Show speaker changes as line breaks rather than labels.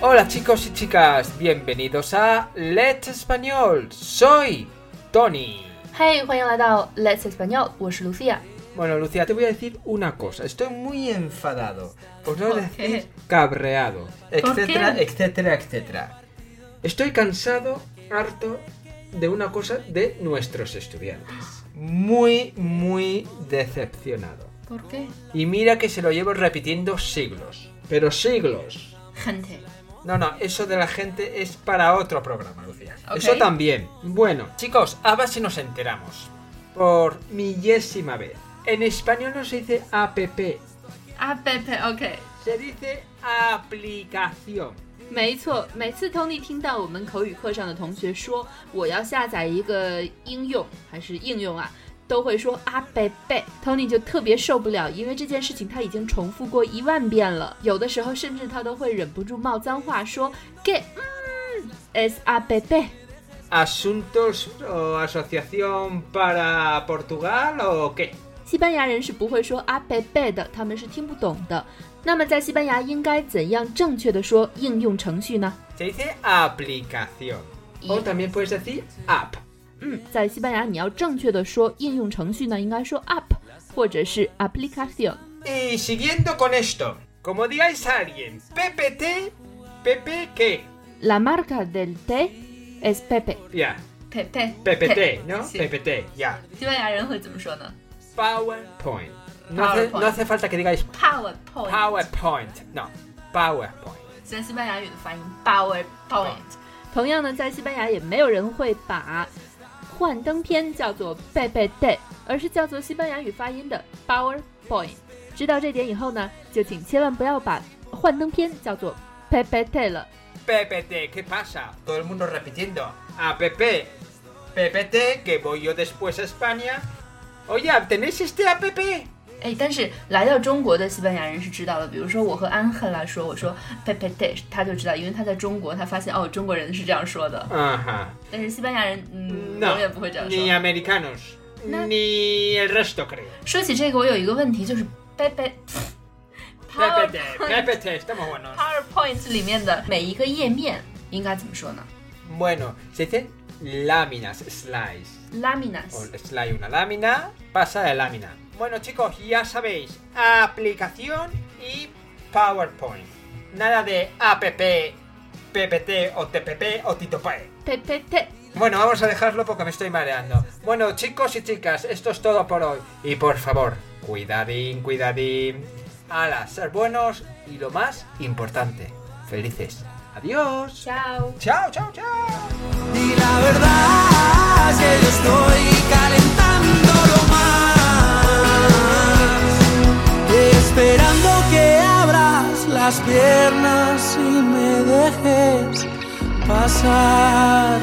Hola chicos y chicas, bienvenidos a Let's Español. Soy Tony.
Hey，欢迎来到 Let's Español，我是 Lucia。
Bueno, Lucía, te voy a decir una cosa. Estoy muy enfadado. Por no decir cabreado. Etcétera,
qué?
etcétera, etcétera. Estoy cansado, harto de una cosa de nuestros estudiantes. Muy, muy decepcionado.
¿Por qué?
Y mira que se lo llevo repitiendo siglos. Pero siglos.
Gente.
No, no, eso de la gente es para otro programa, Lucía.
Ok.
Eso también. Bueno, chicos, a ver si nos enteramos. Por millésima vez. En español no se dice app,
a p p Ah, OK。
se dice aplicación.
没错，每次 Tony 听到我们口语课上的同学说我要下载一个应用还是应用啊，都会说啊贝贝，Tony 就特别受不了，因为这件事情他已经重复过一万遍了，有的时候甚至他都会忍不住冒脏话说 get，嗯，is 啊贝贝。
¿Asuntos o asociación para Portugal o qué?
西班牙人是不会说阿贝贝的，他们是听不懂的。那么在西班牙应该怎样正确的说应用程序呢？
Se dice aplicación. O
Y-
también puedes decir app.
嗯，在西班牙你要正确的说应用程序呢，应该说 app 或者是 application。
Y siguiendo con esto, como digáis a alguien, PPT, PP qué.
La marca del té es Pepe。
Ya,
佩佩
PPT, ¿no?
Sí.
PPT, ya.
西班牙人会怎么说呢
PowerPoint. No hace,
PowerPoint.
no hace falta que digáis
？PowerPoint
PowerPoint, no. PowerPoint.
在西班牙语的发音 PowerPoint。同样呢，在西班牙也没有人会把幻灯片叫做贝贝 day，而是叫做西班牙语发音的 PowerPoint。知道这点以后呢，就请千万不要把幻灯片叫做贝贝 day 了。
PPT, ¿qué pasa? Todo el mundo repitiendo. APP. PPT, que voy yo después a España. Oye, ¿tenéis este APP?
哎，但是来到中国的西班牙人是知道的。比如说，我和安赫拉说，我说 Pepe d i s 他就知道，因为他在中国，他发现哦，中国人是这样说的。
Ajá.
但是西班牙人，嗯，
No,
永远不会这样
ni
说。
americanos.
No.
Ni el resto, creo.
说起这个，我有一个问题，就是 Pepe Power
PPT, PPT, estamos buenos.
PowerPoint 里面的每一个页面应该怎么说呢
Bueno, se dicen láminas, slice. O
？Laminas。
slide una lámina, pasa de lámina. Bueno chicos, ya sabéis, aplicación y PowerPoint. Nada de app, ppt o tpp o titopae.
贝贝 day。
Bueno, vamos a dejarlo porque me estoy mareando. Bueno chicos y chicas, esto es todo por hoy. Y por favor, cuidadín, cuidadín. Ala, ser buenos y lo más importante, felices. Adiós.
Ciao.
Chao, chao, chao.
Y la verdad es que yo estoy calentándolo más, esperando que abras las piernas y me dejes pasar.